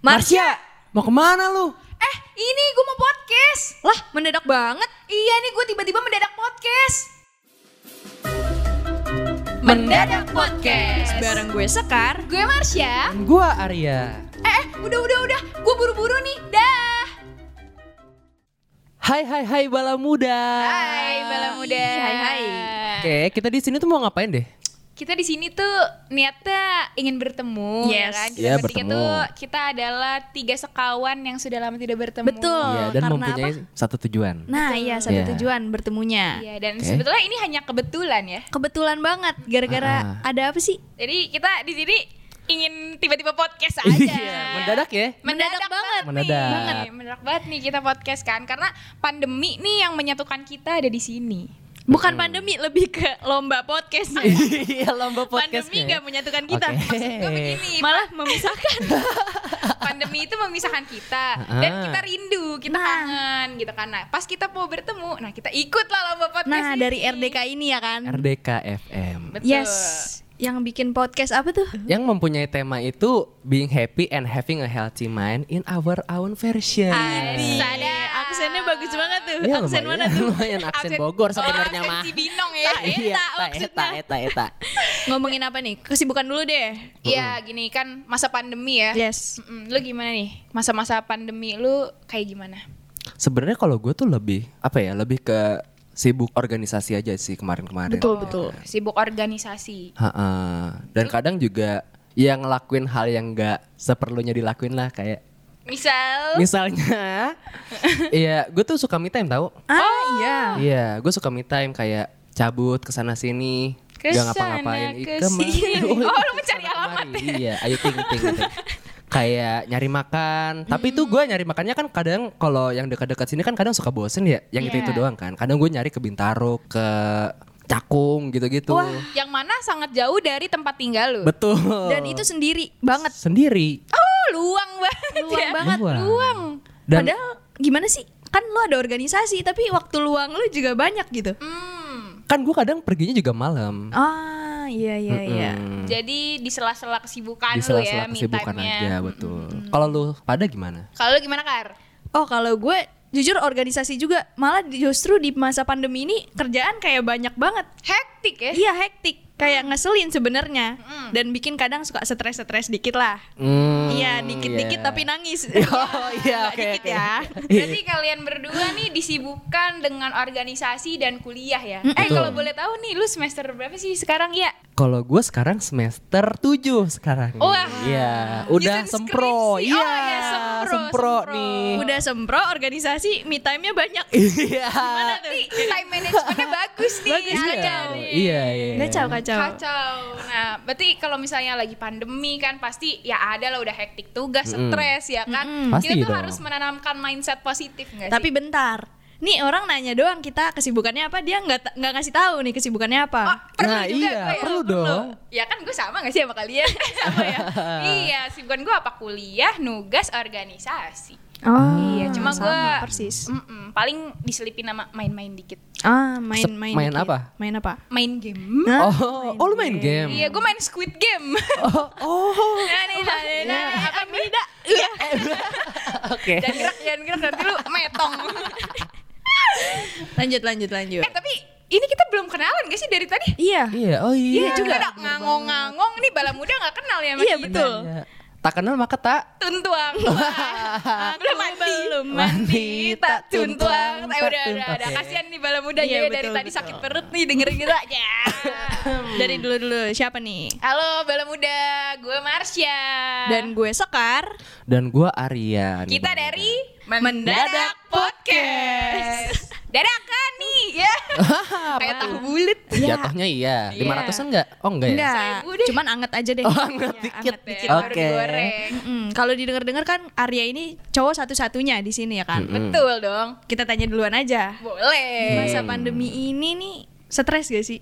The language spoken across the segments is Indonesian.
Marsha, mau kemana lu? Eh, ini gue mau podcast. Lah, mendadak banget. Iya nih, gue tiba-tiba mendadak podcast. Mendadak podcast. Bareng gue Sekar. Gue Marsha. Dan Gua Arya. Eh, eh, udah, udah, udah. Gue buru-buru nih. Dah. Hai hai hai bala muda. Hai, bala muda. Hai, hai. Oke, kita di sini tuh mau ngapain deh? Kita di sini tuh niatnya ingin bertemu, Yes. ya kan? Kita Iya, bertiga bertemu. tuh kita adalah tiga sekawan yang sudah lama tidak bertemu. Betul. Oh, Iya, dan karena mempunyai satu tujuan. Nah iya satu Iya. tujuan bertemunya. Iya, dan Oke. sebetulnya ini hanya kebetulan ya. Kebetulan banget Ah, gara-gara ada apa sih? Jadi kita di sini ingin tiba-tiba podcast aja. Iya, mendadak ya. Mendadak, Mendadak banget, banget. nih. Mendadak. Banget. Mendadak banget nih kita podcast kan karena pandemi nih yang menyatukan kita ada di sini. Bukan pandemi lebih ke lomba podcast. Iya, lomba podcast. ya. pandemi nggak menyatukan kita. Oke. Maksud gue begini, Malah memisahkan. pandemi itu memisahkan kita Ah. dan kita rindu, kita Nah. kangen gitu kan. Nah, pas kita mau bertemu, nah kita ikutlah lomba podcast. nah ini. dari RDK ini ya kan. RDK FM. Betul. Yes. Yang bikin podcast apa tuh? Yang mempunyai tema itu being happy and having a healthy mind in our own version. Asik. Ada aksennya bagus banget tuh. Iya, Aksen lumayan, mana tuh? Lumayan aksen Bogor Oh, sebenarnya aksen mah. Cibinong ya. Iya, Eta eta, eta, eta, eta. Ngomongin apa nih? Kesibukan dulu deh. Iya, gini kan masa pandemi Iya. ya. Yes. Mm-mm. Lu gimana nih? Masa-masa pandemi lu kayak gimana? Sebenarnya kalau gue tuh lebih apa ya, lebih ke sibuk organisasi aja sih kemarin-kemarin. betul. Sibuk organisasi. Ha-ha. Dan kadang juga ya ngelakuin hal yang nggak seperlunya dilakuin lah kayak Misal misalnya iya gue tuh suka me time tau Ah iya. iya gue suka me time kayak cabut kesana sini nggak Kesana, ngapa-ngapain Ih, kesini. kemana? Oh, lu kesana mencari alamat ya? kemari. iya ayo ting ting ting. kayak nyari makan tapi itu gue nyari makannya kan kadang kalau yang dekat-dekat sini kan kadang suka bosen ya yang itu itu Iya. doang kan kadang gue nyari ke Bintaro ke Cakung gitu-gitu yang mana sangat jauh dari tempat tinggal lu. betul Dan itu sendiri banget. sendiri oh, luang banget Luang ya. banget. Luang. Luang. Dan- Padahal gimana sih? Kan lu ada organisasi tapi waktu luang lu juga banyak gitu. Hmm. kan gue kadang perginya juga malam Ah, iya iya Oh, iya. Mm-mm. Jadi di sela-sela Hmm. kesibukan di lu ya, sela-sela me kesibukan time-nya. aja betul kalau lu pada gimana Kalau lu gimana, Kar? Oh, kalau gue jujur organisasi juga malah justru di masa pandemi ini kerjaan kayak banyak banget. Hektik ya. Iya, hektik. Kayak ngeselin sebenarnya dan bikin kadang suka stres-stres dikit lah. Mm, Iya, dikit-dikit tapi nangis. Hmm, Oh, iya, Nggak oke, dikit oke. ya. Iya. Berarti kalian berdua nih disibukkan dengan organisasi dan kuliah ya. Eh Betul. kalau boleh tahu nih lu semester berapa sih sekarang ya? kalau gue sekarang semester 7 sekarang Wah. iya udah Nyusun sempro iya skripsi. Oh, iya, sempro, sempro. nih Udah sempro organisasi, me time-nya banyak. iya Tapi time managementnya bagus nih. Bagus, iya Ada nih. kan? iya iya Kacau, kacau. Kacau. Iya. Nah, berarti kalau misalnya lagi pandemi kan pasti ya ada lah udah hektik tugas, Mm-mm. stres ya kan. Mm-mm. Kita Pasti tuh dong. harus menanamkan mindset positif nggak ya sih? Tapi bentar. Nih orang nanya doang kita kesibukannya apa, dia nggak ta- nggak ngasih tahu nih kesibukannya apa. Oh, perlu Nah, juga iya, gue ya, perlu dong. Ya kan gue sama gak sih sama kalian? sama ya. iya, sibukan gue apa kuliah, nugas, organisasi. iya, cuma Hmm, sama, gue Oh, persis. Mm-mm, paling diselipin sama main-main dikit. Ah, main-main. main dikit. apa? Main apa? Main game. Hah? oh oh lu main game Iya, gue main Squid Game. oh, oh. nah, nih, nah, nih, nah, nih, Iya. Iya, apa beda? oke Jangan gerak, jangan gerak, nanti lu metong. Lanjut, lanjut, lanjut. eh, tapi ini kita belum kenalan gak sih dari tadi? Iya. iya oh iya Iya juga. Ngangong-ngangong nih bala muda gak kenal ya sama Iya, kita. betul. Iya. tak kenal maka tak tuntuang Wah, belum mandi belum Nah, mandi, tak tuntuang, tuntuang eh tak udah udah tuntuang. udah kasihan nih bala muda Iya, ya dari betul, tadi betul. sakit perut nih dengerin kita ya Dari dulu-dulu siapa nih? halo bala muda gue Marsha Dan gue Sekar. dan gue Arya nih, kita Bang. dari Mendadak podcast dadakan nih ya kayak tahu bulat Iya. Jatuhnya iya. Iya. 500-an enggak? Oh enggak ya? Enggak, Seribu deh. cuman anget aja deh. Iya, Oh, anget dikit. anget dikit dikit. Iya, baru Oke. digoreng Mm-mm. Kalau didengar-dengar kan Arya ini cowok satu-satunya di sini ya kan. betul dong Kita tanya duluan aja. Eh, boleh Mm. Masa pandemi ini nih stres gak sih?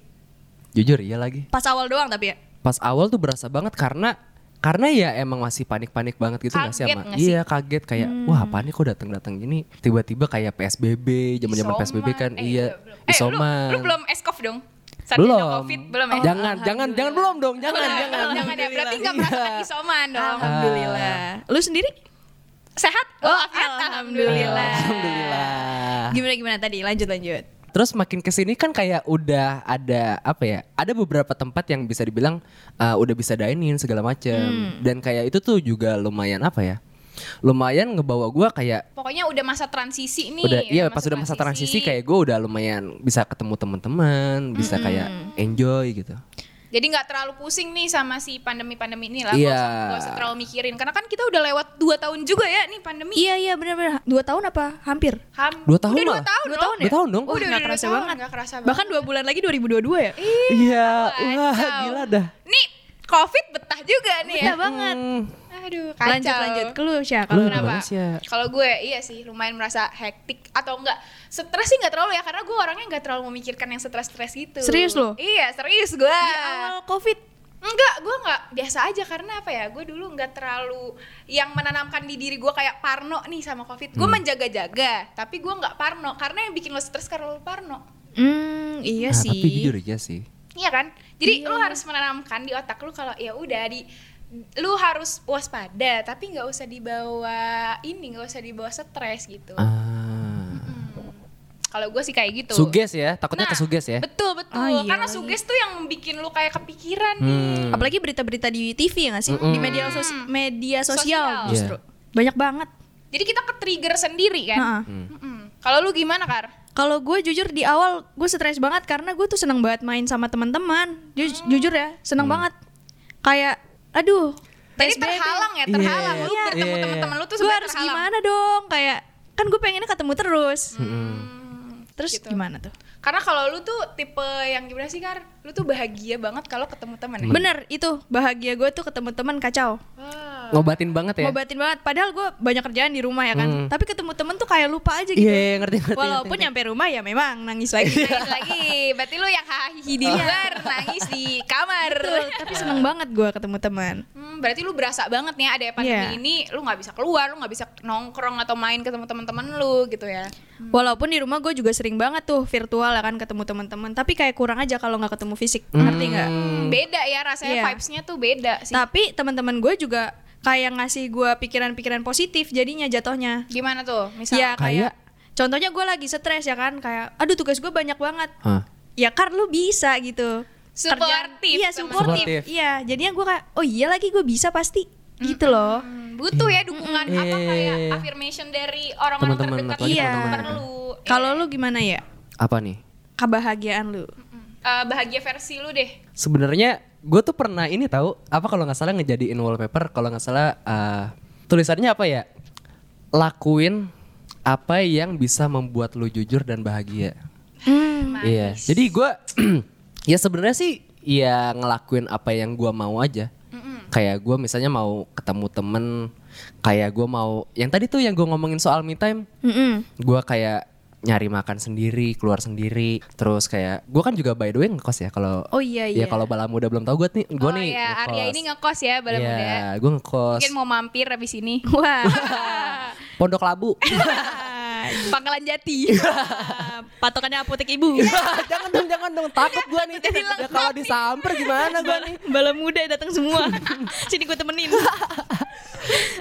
Jujur iya lagi. Pas awal doang tapi ya. Pas awal tuh berasa banget karena karena ya emang masih panik-panik banget gitu nggak sih Kaget sama nggak sih? Hmm. iya kaget kayak wah apa nih kok datang-datang gini tiba-tiba kayak PSBB zaman-zaman PSBB kan Isoman. Eh, iya belum. eh, lu, isoman lu belum eskof dong Sarjana belum. COVID, belum ya? Jangan, jangan, jangan belum dong, jangan, jangan. Jangan ya, berarti Alhamdulillah. nggak merasakan Iya. isoman dong. Alhamdulillah. Lu sendiri? Sehat? Oh, walafiat, alhamdulillah. Alhamdulillah. Gimana gimana tadi? Lanjut lanjut. Terus makin kesini kan kayak udah ada apa ya? Ada beberapa tempat yang bisa dibilang uh, udah bisa dine-in segala macem Hmm. dan kayak itu tuh juga lumayan apa ya? Lumayan ngebawa gua kayak Pokoknya udah masa transisi nih. udah iya pas udah masa transisi kayak gua udah lumayan bisa ketemu teman-teman, bisa Hmm. kayak enjoy gitu. Jadi nggak terlalu pusing nih sama si pandemi-pandemi ini lah. Iya. Nggak usah- nggak usah terlalu mikirin. Karena kan kita udah lewat 2 tahun juga ya nih pandemi. Iya iya benar-benar. Dua tahun apa? Hampir. Ham- Dua tahun udah dua malah. tahun Dua loh. tahun ya? Dua tahun dong. Wah, Udah, nggak udah kerasa dua tahun, banget. nggak kerasa Bahkan dua bulan lagi 2022 ya. Iya, Kacau. wah gila dah. Nih covid betah juga nih ya. Betah banget. Hmm, Aduh kacau. Lanjut lanjut. Ke lu Syah. Lu Kalau kenapa? gimana sih ya? Kalau gue iya sih lumayan merasa hektik atau enggak stres sih nggak terlalu ya karena gue orangnya nggak terlalu memikirkan yang stres-stres gitu. Serius lo? Iya serius gue. Di awal Covid Enggak, gue nggak biasa aja karena apa ya? Gue dulu nggak terlalu yang menanamkan di diri gue kayak Parno nih sama COVID. Gue menjaga-jaga, tapi gue nggak Parno karena yang bikin lo stres karena lo Parno. Hmm, iya ah, sih. tapi jujur aja sih. Iya kan? Jadi lo harus menanamkan di otak lo kalau ya udah di lu harus waspada tapi nggak usah dibawa ini nggak usah dibawa stres gitu Ah. kalau gue sih kayak gitu Suges ya, takutnya Nah, kesuges ya. betul betul Ah, iya karena lagi. suges tuh yang bikin lu kayak kepikiran nih Hmm. Apalagi berita-berita di TV ya nggak sih? Di media sos- media Sosial. sosial justru. Iya. Banyak banget. jadi kita ke trigger sendiri kan Heeh. Mm. Mm-mm. kalau lu gimana kar Kalau gue jujur di awal gue stres banget karena gue tuh seneng banget main sama teman-teman. Ju- Mm. Jujur ya, seneng Mm. banget. Kayak, aduh. Tadi PSBB. terhalang ya, terhalang. Lu Iya. bertemu Iya. teman-teman lu tuh Gue sebenarnya harus terhalang. gimana dong? Kayak, kan gue pengennya ketemu terus. Mm. Hmm. Gitu. Terus gimana tuh? Hmm. Karena kalau lu tuh tipe yang gimana sih Kar? Lu tuh bahagia banget kalau ketemu teman Mm. Hmm. ya? Bener, itu bahagia gue tuh ketemu teman kacau. Wah. Ngobatin banget ya. Ngobatin banget. Padahal gue banyak kerjaan di rumah ya kan. Hmm. Tapi ketemu temen tuh kayak lupa aja gitu. Iya, iya, ngerti ngerti. Walaupun ngerti. nyampe rumah ya memang nangis lagi. Nangis lagi, berarti lu yang hahihi di luar, nangis di kamar. Iya. Betul, tapi Iya. seneng banget gue ketemu teman. Hmm, berarti lu berasa banget nih ada pandemi Iya. ini, lu nggak bisa keluar, lu nggak bisa nongkrong atau main ketemu teman-teman lu gitu ya. Walaupun di rumah gue juga sering banget tuh virtual ya kan ketemu teman-teman, tapi kayak kurang aja kalau nggak ketemu fisik, ngerti nggak? Hmm, Beda ya rasanya Iya. vibes-nya tuh beda sih. Tapi teman-teman gue juga kayak ngasih gue pikiran-pikiran positif jadinya jatuhnya. Gimana tuh? Iya Misal kayak, contohnya gue lagi stres ya kan, kayak aduh tugas gue banyak banget. Hah. Ya Kar lu bisa gitu. Supportive Kerjaan- Iya sama- Supportive. supportive. Iya, jadinya gue kayak oh iya lagi gue bisa pasti gitu loh. hmm, butuh ya dukungan Hmm. apa Iya. kayak affirmation dari orang-orang Teman-teman, terdekat gitu, apalagi lu Iya. teman-teman. perlu. Iya. Kalau lu gimana ya? Apa nih? Kebahagiaan lu. Eh, bahagia versi lu deh. Sebenarnya gue tuh pernah ini tahu apa kalau nggak salah ngejadiin wallpaper kalau nggak salah eh, tulisannya apa ya? Lakuin apa yang bisa membuat lu jujur dan bahagia. Hmm. Iya. Jadi gue ya sebenarnya sih ya ngelakuin apa yang gua mau aja. Kayak gua misalnya mau ketemu temen, kayak gua mau yang tadi tuh yang gue ngomongin soal me time, Mm-mm. gua kayak nyari makan sendiri, keluar sendiri, terus kayak gua kan juga by the way ngekos ya kalau Oh iya, iya. ya kalau bala muda belum tahu gue nih gue oh nih ya, Arya ini ngekos ya Bala Iya, Muda. gue ngekos Mungkin mau mampir habis ini. Wah. Pondok Labu. Pangkalan Jati. Ah, patokannya apotek ibu. jangan dong, jangan dong, takut gua nih. Ya kalau disamper gimana gua nih? Bala muda datang semua. Sini gue temenin.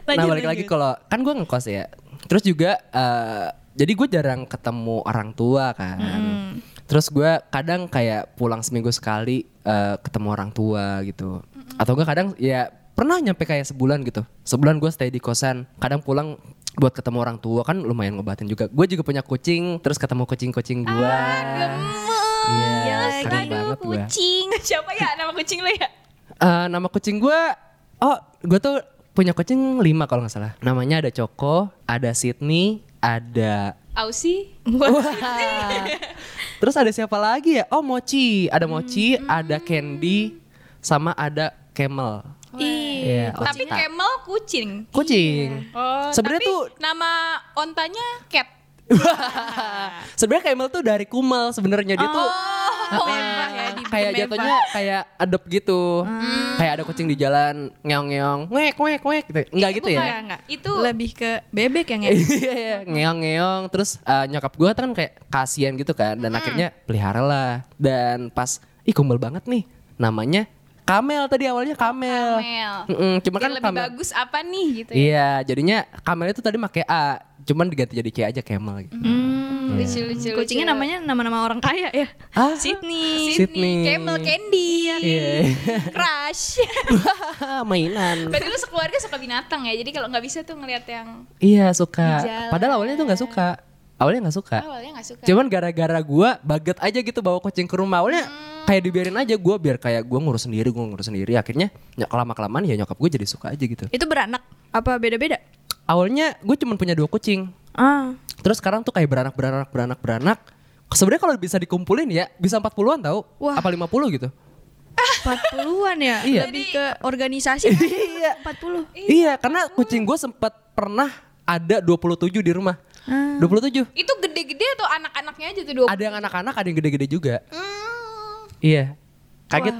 Lanjut, nah balik lagi lanjut. kalau kan gue ngekos ya terus juga eh, jadi gue jarang ketemu orang tua kan Hmm. terus gue kadang kayak pulang seminggu sekali eh, ketemu orang tua gitu Hmm. atau gue kadang ya pernah nyampe kayak sebulan gitu sebulan gue stay di kosan kadang pulang buat ketemu orang tua kan lumayan ngobatin juga gue juga punya kucing terus ketemu kucing-kucing gue Ah, Ya, iya kangen banget gue kucing. Siapa ya nama kucing lu ya? Eh, nama kucing gue, oh gue tuh punya kucing lima kalau nggak salah. Namanya ada Choco, ada Sydney, ada. Ausi. Wah. Terus ada siapa lagi ya? Oh Mochi, ada Mochi, Hmm. ada Candy, sama ada Camel. Iya. Tapi otak. camel iya. kucing. kucing. Oh, Sebenarnya tapi tuh, nama ontanya cat. sebenarnya Camel tuh dari Kumel sebenarnya dia tuh. Oh, memang ya, dibikin kayak memang. jatuhnya kayak adep gitu. Hmm. Kayak ada kucing di jalan ngeong-ngeong, ngek ngek ngek gitu. Enggak gitu ya? Enggak, enggak. Itu- lebih ke bebek yang ya. Iya iya ngeong ngeong terus eh, nyokap gue kan kayak kasihan gitu kan dan akhirnya pelihara lah dan pas ih kumbel banget nih namanya Kamel tadi awalnya Kamel, Kamel. Mm-mm, cuma Eh, kan Yang lebih Kamel bagus apa nih gitu ya. iya jadinya Kamel itu tadi pakai A cuman diganti jadi C aja Kemal gitu Hmm. Lucu lucu. Kucingnya lucu. namanya nama-nama orang kaya ya. ah Sydney. Sydney. Sydney, Camel Candy, ya kan? Iya. Crush. mainan Berarti lu sekeluarga suka binatang ya. Jadi kalau nggak bisa tuh ngelihat yang oh, iya suka Di jalan. padahal awalnya tuh nggak suka awalnya nggak suka awalnya nggak suka. Kan. Cuman gara-gara gua baget aja gitu bawa kucing ke rumah. Awalnya Hmm. kayak dibiarin aja gua biar kayak gua ngurus sendiri, gua ngurus sendiri. Akhirnya nyok lama-kelamaan ya nyokap gue jadi suka aja gitu. Itu beranak apa beda-beda? Awalnya gue cuman punya dua kucing. Ah. Terus sekarang tuh kayak beranak beranak beranak beranak. Sebenarnya kalau bisa dikumpulin ya bisa 40-an tahu Wah. apa 50 gitu. 40-an ya? Iya. Lebih ke organisasi. kan? Iya. 40. Iya, karena kucing gue sempat pernah ada 27 di rumah. Hmm. 27. Itu gede-gede atau anak-anaknya aja tuh dua. Ada yang anak-anak, ada yang gede-gede juga. Hmm, Iya. Kaget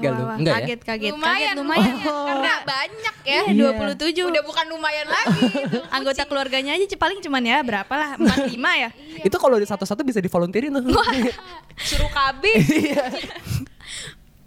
Wah, gak wah, lu? wah. Enggak ya? kaget, Kaget, lumayan, kaget, lumayan. gitu. lumayan. Oh. Karena banyak ya. Iya, 27. Udah bukan lumayan lagi. gitu. Anggota keluarganya aja paling cuman ya berapa lah? 45 ya? Itu kalau di satu-satu bisa divolunteerin tuh. Suruh KB. Eh,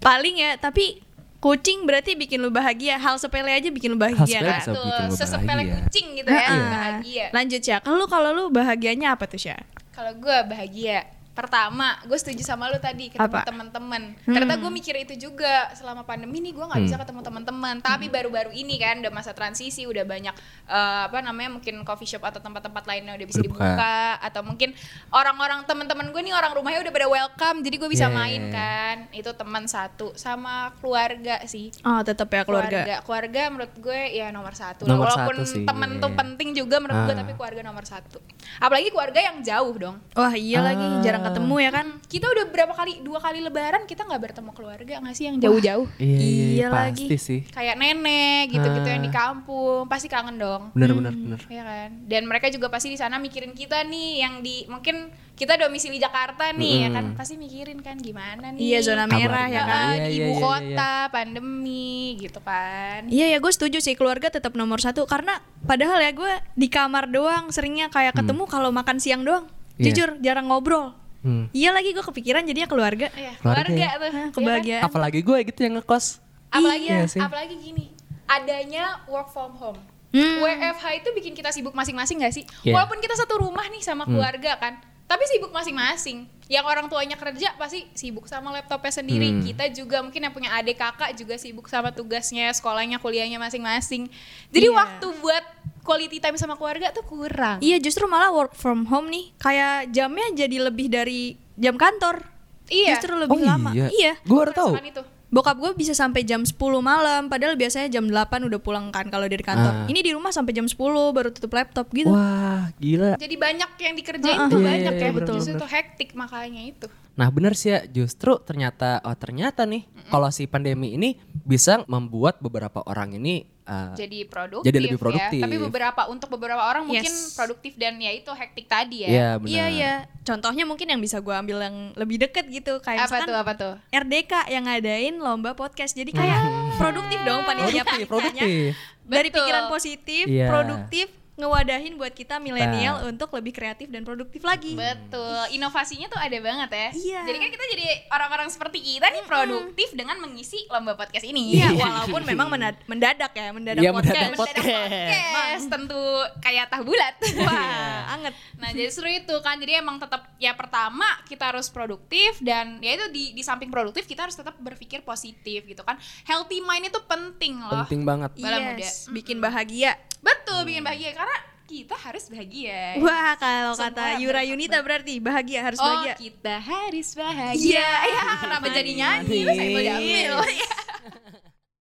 Paling ya, tapi kucing berarti bikin lu bahagia. Hal sepele aja bikin lu bahagia Hal sepele kan? bisa bikin Tuh, gua sesepele bahagia. kucing gitu ya, Iya. Ah. bahagia. Lanjut ya. Kalau lu kalau lu bahagianya apa tuh, Sya? Kalau gue bahagia. Pertama, gue setuju sama lu tadi ketemu Apa? teman-teman. Ternyata gue mikir itu juga selama pandemi nih gue Hmm. nggak bisa ketemu teman-teman. Tapi baru-baru ini kan udah masa transisi, udah banyak eh, apa namanya mungkin coffee shop atau tempat-tempat lainnya udah bisa Udah buka. dibuka atau mungkin orang-orang teman-teman gue nih orang rumahnya udah pada welcome, jadi gue bisa Yeah. main kan. Itu teman satu sama keluarga sih. Oh, tetap ya keluarga. keluarga keluarga menurut gue ya nomor satu Nomor lah. walaupun satu sih, temen iya. tuh penting juga menurut gue Ah. tapi keluarga nomor satu apalagi keluarga yang jauh dong Wah, iya Ah. lagi jarang ketemu ya kan? kita udah berapa kali dua kali lebaran kita nggak bertemu keluarga nggak sih yang jauh-jauh Iya, Iya pasti lagi. sih. kayak nenek gitu-gitu yang di Ah. kampung pasti kangen dong Bener bener Hmm. bener. Iya kan dan mereka juga pasti di sana mikirin kita nih yang di mungkin kita domisili Jakarta nih ya kan Mm-mm. pasti mikirin kan gimana nih Iya, zona Kabar merah ya Ah, kan? Iya, di iya, ibu iya, iya. kota pandemi gitu kan Iya ya gue setuju sih keluarga tetap nomor satu karena padahal ya gue di kamar doang seringnya kayak ketemu kalau makan siang doang Hmm. Iya. jujur jarang ngobrol Hmm. iya lagi gue kepikiran jadinya keluarga Iya, Keluarga keluarga ya. tuh Hah, iya kan? kebahagiaan Apalagi gue gitu yang ngekos. apalagi ya, Iya sih. apalagi gini adanya work from home Hmm. WFH itu bikin kita sibuk masing-masing gak sih Iya. Hmm. walaupun kita satu rumah nih sama keluarga kan tapi sibuk masing-masing yang orang tuanya kerja pasti sibuk sama laptopnya sendiri Hmm. kita juga mungkin yang punya adik kakak juga sibuk sama tugasnya sekolahnya kuliahnya masing-masing jadi Iya. waktu buat quality time sama keluarga tuh kurang iya justru malah work from home nih kayak jamnya jadi lebih dari jam kantor Iya. justru lebih lama Iya. iya Gue baru tahu. Perasaan itu bokap gue bisa sampai jam 10 malam padahal biasanya jam 8 udah pulang kan kalau dari kantor Ah. ini di rumah sampai jam 10 baru tutup laptop gitu Wah, gila. jadi banyak yang dikerjain Heeh. tuh Iya, banyak iya, ya betul, justru betul. tuh hektik makanya itu Nah bener sih ya, justru ternyata, oh ternyata nih, kalau si pandemi ini bisa membuat beberapa orang ini uh, jadi produktif, Jadi lebih ya. Tapi produktif. beberapa untuk beberapa orang mungkin Yes. produktif dan ya itu hektik tadi ya. Iya benar. Iya iya. Contohnya mungkin yang bisa gue ambil yang lebih deket gitu kayak Apa misalkan tuh apa tuh? RDK yang ngadain lomba podcast. Jadi kayak produktif dong panitia panitianya. Hmm. Produktif, produktif. Dari Betul. pikiran positif, Iya. Nah. produktif, ngewadahin buat kita milenial untuk lebih kreatif dan produktif lagi. Betul. Inovasinya tuh ada banget ya. Iya. Jadi kan kita jadi orang-orang seperti kita nih produktif dengan mengisi lomba podcast ini. Iya, walaupun memang menad- mendadak ya, mendadak Iya, podcast. Iya. mendadak Mendadak podcast tentu kayak tah bulat. Wah, anget. Nah, jadi seru itu kan. Jadi emang tetap ya pertama kita harus produktif dan ya itu di di samping produktif kita harus tetap berpikir positif gitu kan. Healthy mind itu penting Oh. loh. Penting banget. Bala muda. Yes, bikin bahagia. Betul, bikin bahagia karena kita harus bahagia. Hmm. Wah, kalau Semua kata yang Yura berkat Yunita berarti bahagia harus oh, bahagia. kita harus bahagia. Iya. Ya, kenapa jadi nyanyi? Lu saya mau diambil. Yes.